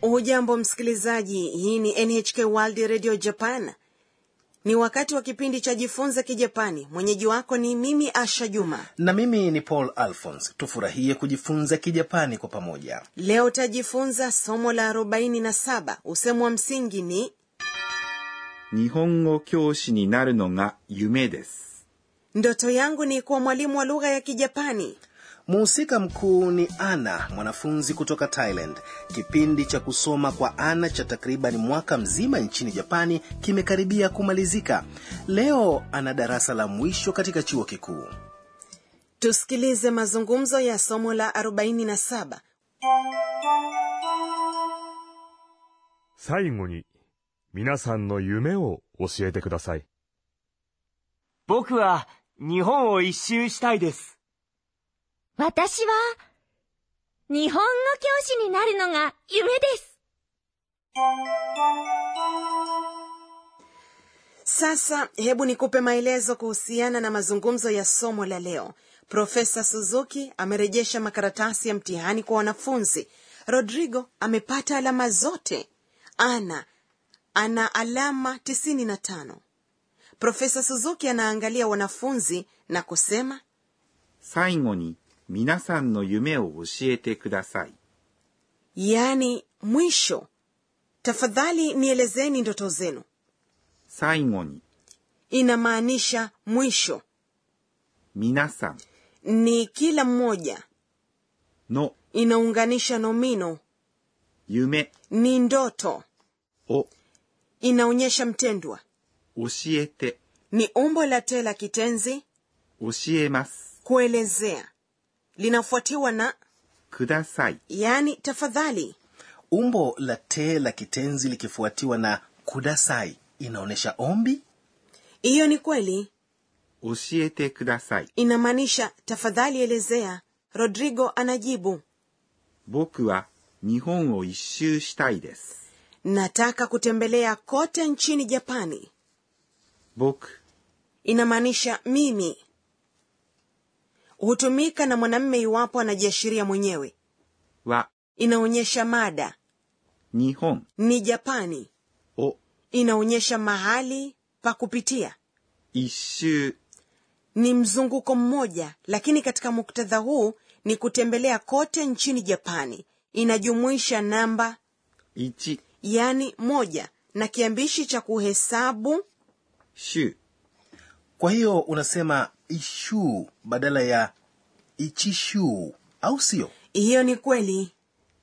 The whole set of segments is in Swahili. hujambo msikilizaji hii ni nhk world radio japan ni wakati wa kipindi cha jifunze kijapani mwenyeji wako ni mimi asha juma na mimi ni paul alphons tufurahie kujifunza kijapani kwa pamoja leo utajifunza somo la 47 usemu wa msingi ni 日本語教師になるのが夢です。 ndoto yangu ni kuwa mwalimu wa lugha ya kijapani muhusika mkuu ni ana mwanafunzi kutoka thailand kipindi cha kusoma kwa ana cha takriban mwaka mzima nchini japani kimekaribia kumalizika leo ana darasa la mwisho katika chuo kikuu tusikilize mazungumzo ya somo la 47最後に皆さんの夢を教えてください。僕は日本を一周したいです。私は、日本語教師になるのが夢です。 sasa hebu nikupe maelezo kuhusiana na mazungumzo ya somo la leo profesa suzuki amerejesha makaratasi ya mtihani kwa wanafunzi rodrigo amepata alama zote ana ana alama 95 profesa suzuki anaangalia wanafunzi na kusema 最後に皆さんの夢を教えてください。 yaani mwisho tafadhali nielezeni ndoto zenu 最後に inamaanisha mwisho 皆さん ni kila mmoja の inaunganisha nomino 夢 ni ndoto を inaonyesha mtendwa 教えて ni umbo la te la kitenzi 教えます。 kuelezea linafuatiwa na ください。 yani tafadhali umbo la te la kitenzi likifuatiwa na kudasai inaonyesha ombi hiyo ni kweli 教えてください。 inamaanisha tafadhali elezea rodrigo anajibu 僕は日本を一周したいです。 nataka kutembelea kote nchini japani 僕 inamaanisha mimi hutumika na mwanamme iwapo anajiashiria mwenyewe は inaonyesha mada 日本 ni japani を inaonyesha mahali pa kupitia 一周 ni mzunguko mmoja lakini katika muktadha huu ni kutembelea kote nchini japani inajumuisha namba 一 yani moja na kiambishi cha kuhesabu 周 kwa hiyo unasema ishu badala ya ichishu au sio hiyo ni kweli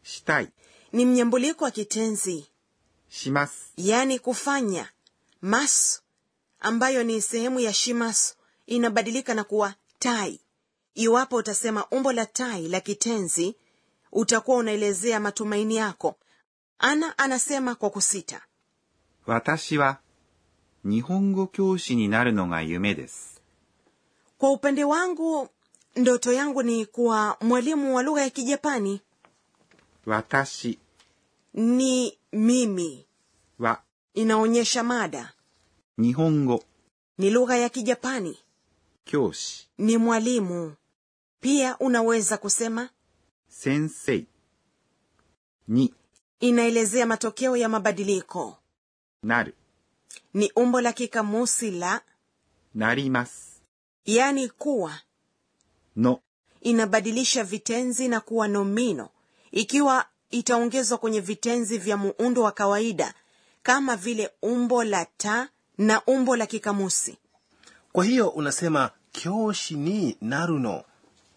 したい ni mnyambuliko wa kitenzi します。 yani kufanya masu ambayo ni sehemu ya shimasu inabadilika na kuwa tai iwapo utasema umbo la tai la kitenzi utakuwa unaelezea matumaini yako ana anasema kwa kusita 私は日本語教師になるのが夢です。 kwa upande wangu ndoto yangu ni kuwa mwalimu wa lugha ya kijapani 私 ni mimi は inaonyesha mada 日本語 ni lugha ya kijapani 教師 ni mwalimu pia unaweza kusema 先生に inaelezea matokeo ya mabadiliko なる ni umbo la kikamusi la なります yani kuwa の inabadilisha vitenzi na kuwa nomino ikiwa itaongezwa kwenye vitenzi vya muundo wa kawaida kama vile umbo la ta na umbo la kikamusi kwa hiyo unasema kyoshi ni naruno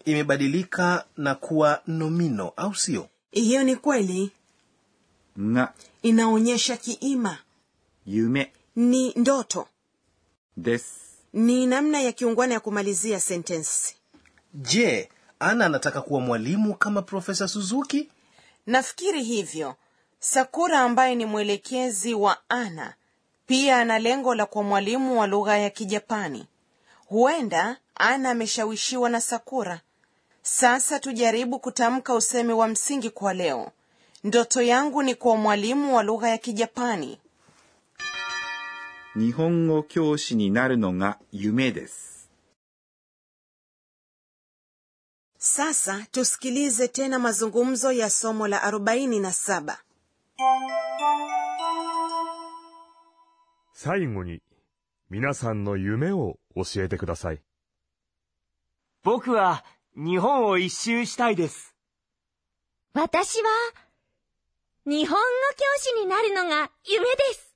imebadilika na kuwa nomino au sio hiyo ni kweli が inaonyesha kiima 夢 ni ndoto です。 ni namna ya kiungwana ya kumalizia sentensi je ana anataka kuwa mwalimu kama profesa suzuki nafikiri hivyo sakura ambaye ni mwelekezi wa ana pia ana lengo la kuwa mwalimu wa lugha ya kijapani huenda ana ameshawishiwa na sakura sasa tujaribu kutamka usemi wa msingi kwa leo ndoto yangu ni kuwa mwalimu wa lugha ya kijapani 日本語教師になるのが夢です。 sasa tusikilize tena mazungumzo ya somo la 47最後に、皆さんの夢を教えてください。僕は日本を一周したいです。私は、日本語教師になるのが夢です。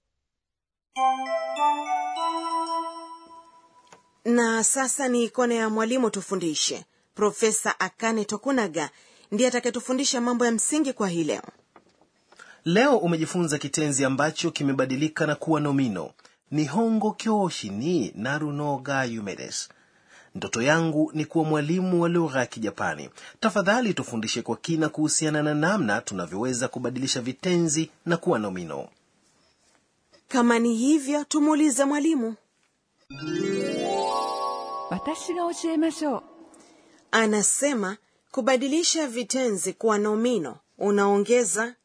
na sasa ni kona ya mwalimu tufundishe profesa akane tokunaga ndiye atakayetufundisha mambo ya msingi kwa hii leo leo umejifunza kitenzi ambacho kimebadilika na kuwa nomino nihongo kyoshi ni naruno ga yumedes ndoto yangu ni kuwa mwalimu wa lugha ya kijapani tafadhali tufundishe kwa kina kuhusiana na namna tunavyoweza kubadilisha vitenzi na kuwa nomino kama ni hivyo tumuulize mwalimu 私が教えましょう anasema kubadilisha vitenzi kuwa nomino unaongeza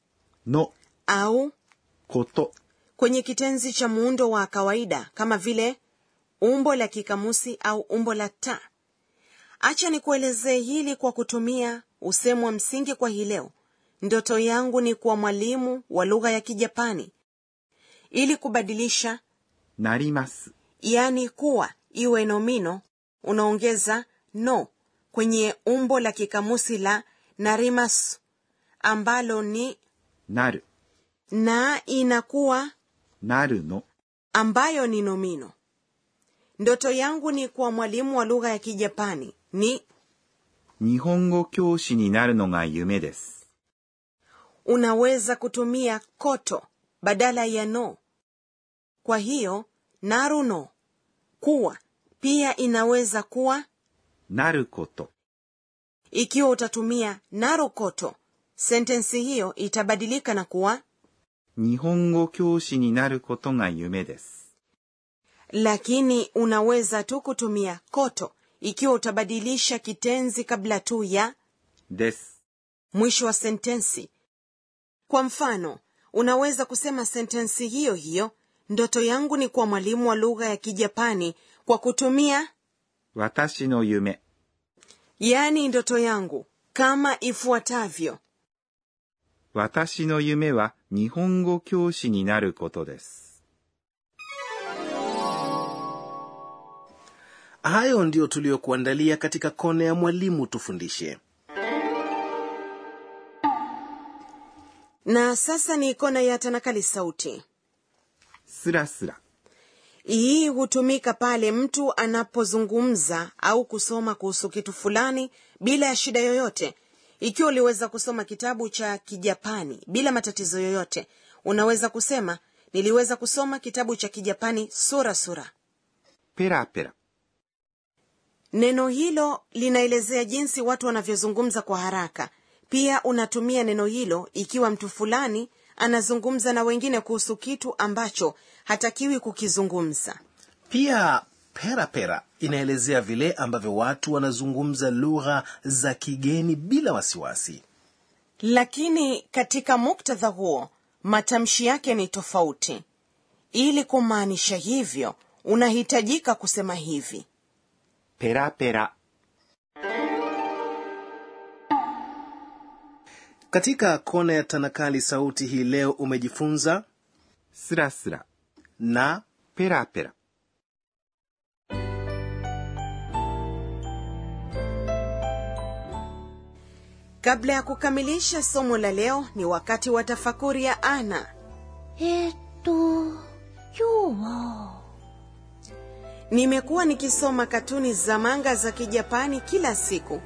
の au こと。 kwenye kitenzi cha muundo wa kawaida kama vile umbo la kikamusi au umbo la ta acha nikuelezee hili kwa kutumia usemo wa msingi kwa hii leo ndoto yangu ni kuwa mwalimu wa lugha ya kijapani ili kubadilisha なります。 yani kuwa iwe nomino unaongeza no kwenye umbo la kikamusi la narimasu ambalo ni なる。 na inakuwa なるの。 ambayo ni nomino ndoto yangu ni kuwa mwalimu wa lugha ya kijapani ni 日本語教師になるのが夢です。 unaweza kutumia koto badala ya no kwa hiyo naruno kuwa pia inaweza kuwa なること。 ikiwa utatumia narukoto sentensi hiyo itabadilika na kuwa 日本語教師になることが夢です。 lakini unaweza tu kutumia koto ikiwa utabadilisha kitenzi kabla tu ya です。 mwisho wa sentensi kwa mfano unaweza kusema sentensi hiyo hiyo ndoto yangu ni kuwa mwalimu wa lugha ya kijapani kwa kutumia 私の夢。 yaani ndoto yangu kama ifuatavyo 私の夢は日本語教師になることです。 hayo ndiyo tuliyokuandalia katika kona ya mwalimu tufundishe na sasa ni ikona ya tanakali sauti すらすら。 hii hutumika pale mtu anapozungumza au kusoma kuhusu kitu fulani bila ya shida yoyote ikiwa uliweza kusoma kitabu cha kijapani bila matatizo yoyote unaweza kusema niliweza kusoma kitabu cha kijapani sura sura ペラペラ。 neno hilo linaelezea jinsi watu wanavyozungumza kwa haraka pia unatumia neno hilo ikiwa mtu fulani anazungumza na wengine kuhusu kitu ambacho hatakiwi kukizungumza pia perapera pera inaelezea vile ambavyo watu wanazungumza lugha za kigeni bila wasiwasi lakini katika muktadha huo matamshi yake ni tofauti ili kumaanisha hivyo unahitajika kusema hivi ペラペラ。 katika kona ya tanakali sauti hii leo umejifunza すらすら。 na ペラペラ。 kabla ya kukamilisha somo la leo ni wakati wa tafakuri ya ana えーっと、今日は、 nimekuwa nikisoma katuni za manga za kijapani kila siku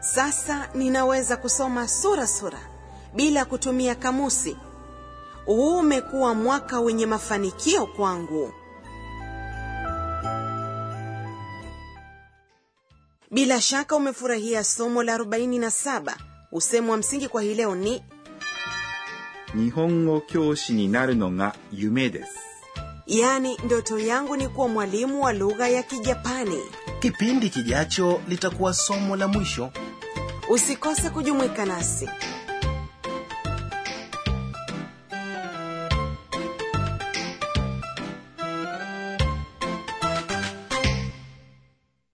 sasa ninaweza kusoma sura sura bila kutumia kamusi huu umekuwa mwaka wenye mafanikio kwangu bila shaka umefurahia somo la 47 usemo wa msingi kwa hii leo ni 日本語教師になるのが夢です。 yaani ndoto yangu ni kuwa mwalimu wa lugha ya kijapani kipindi kijacho litakuwa somo la mwisho usikose kujumuika nasi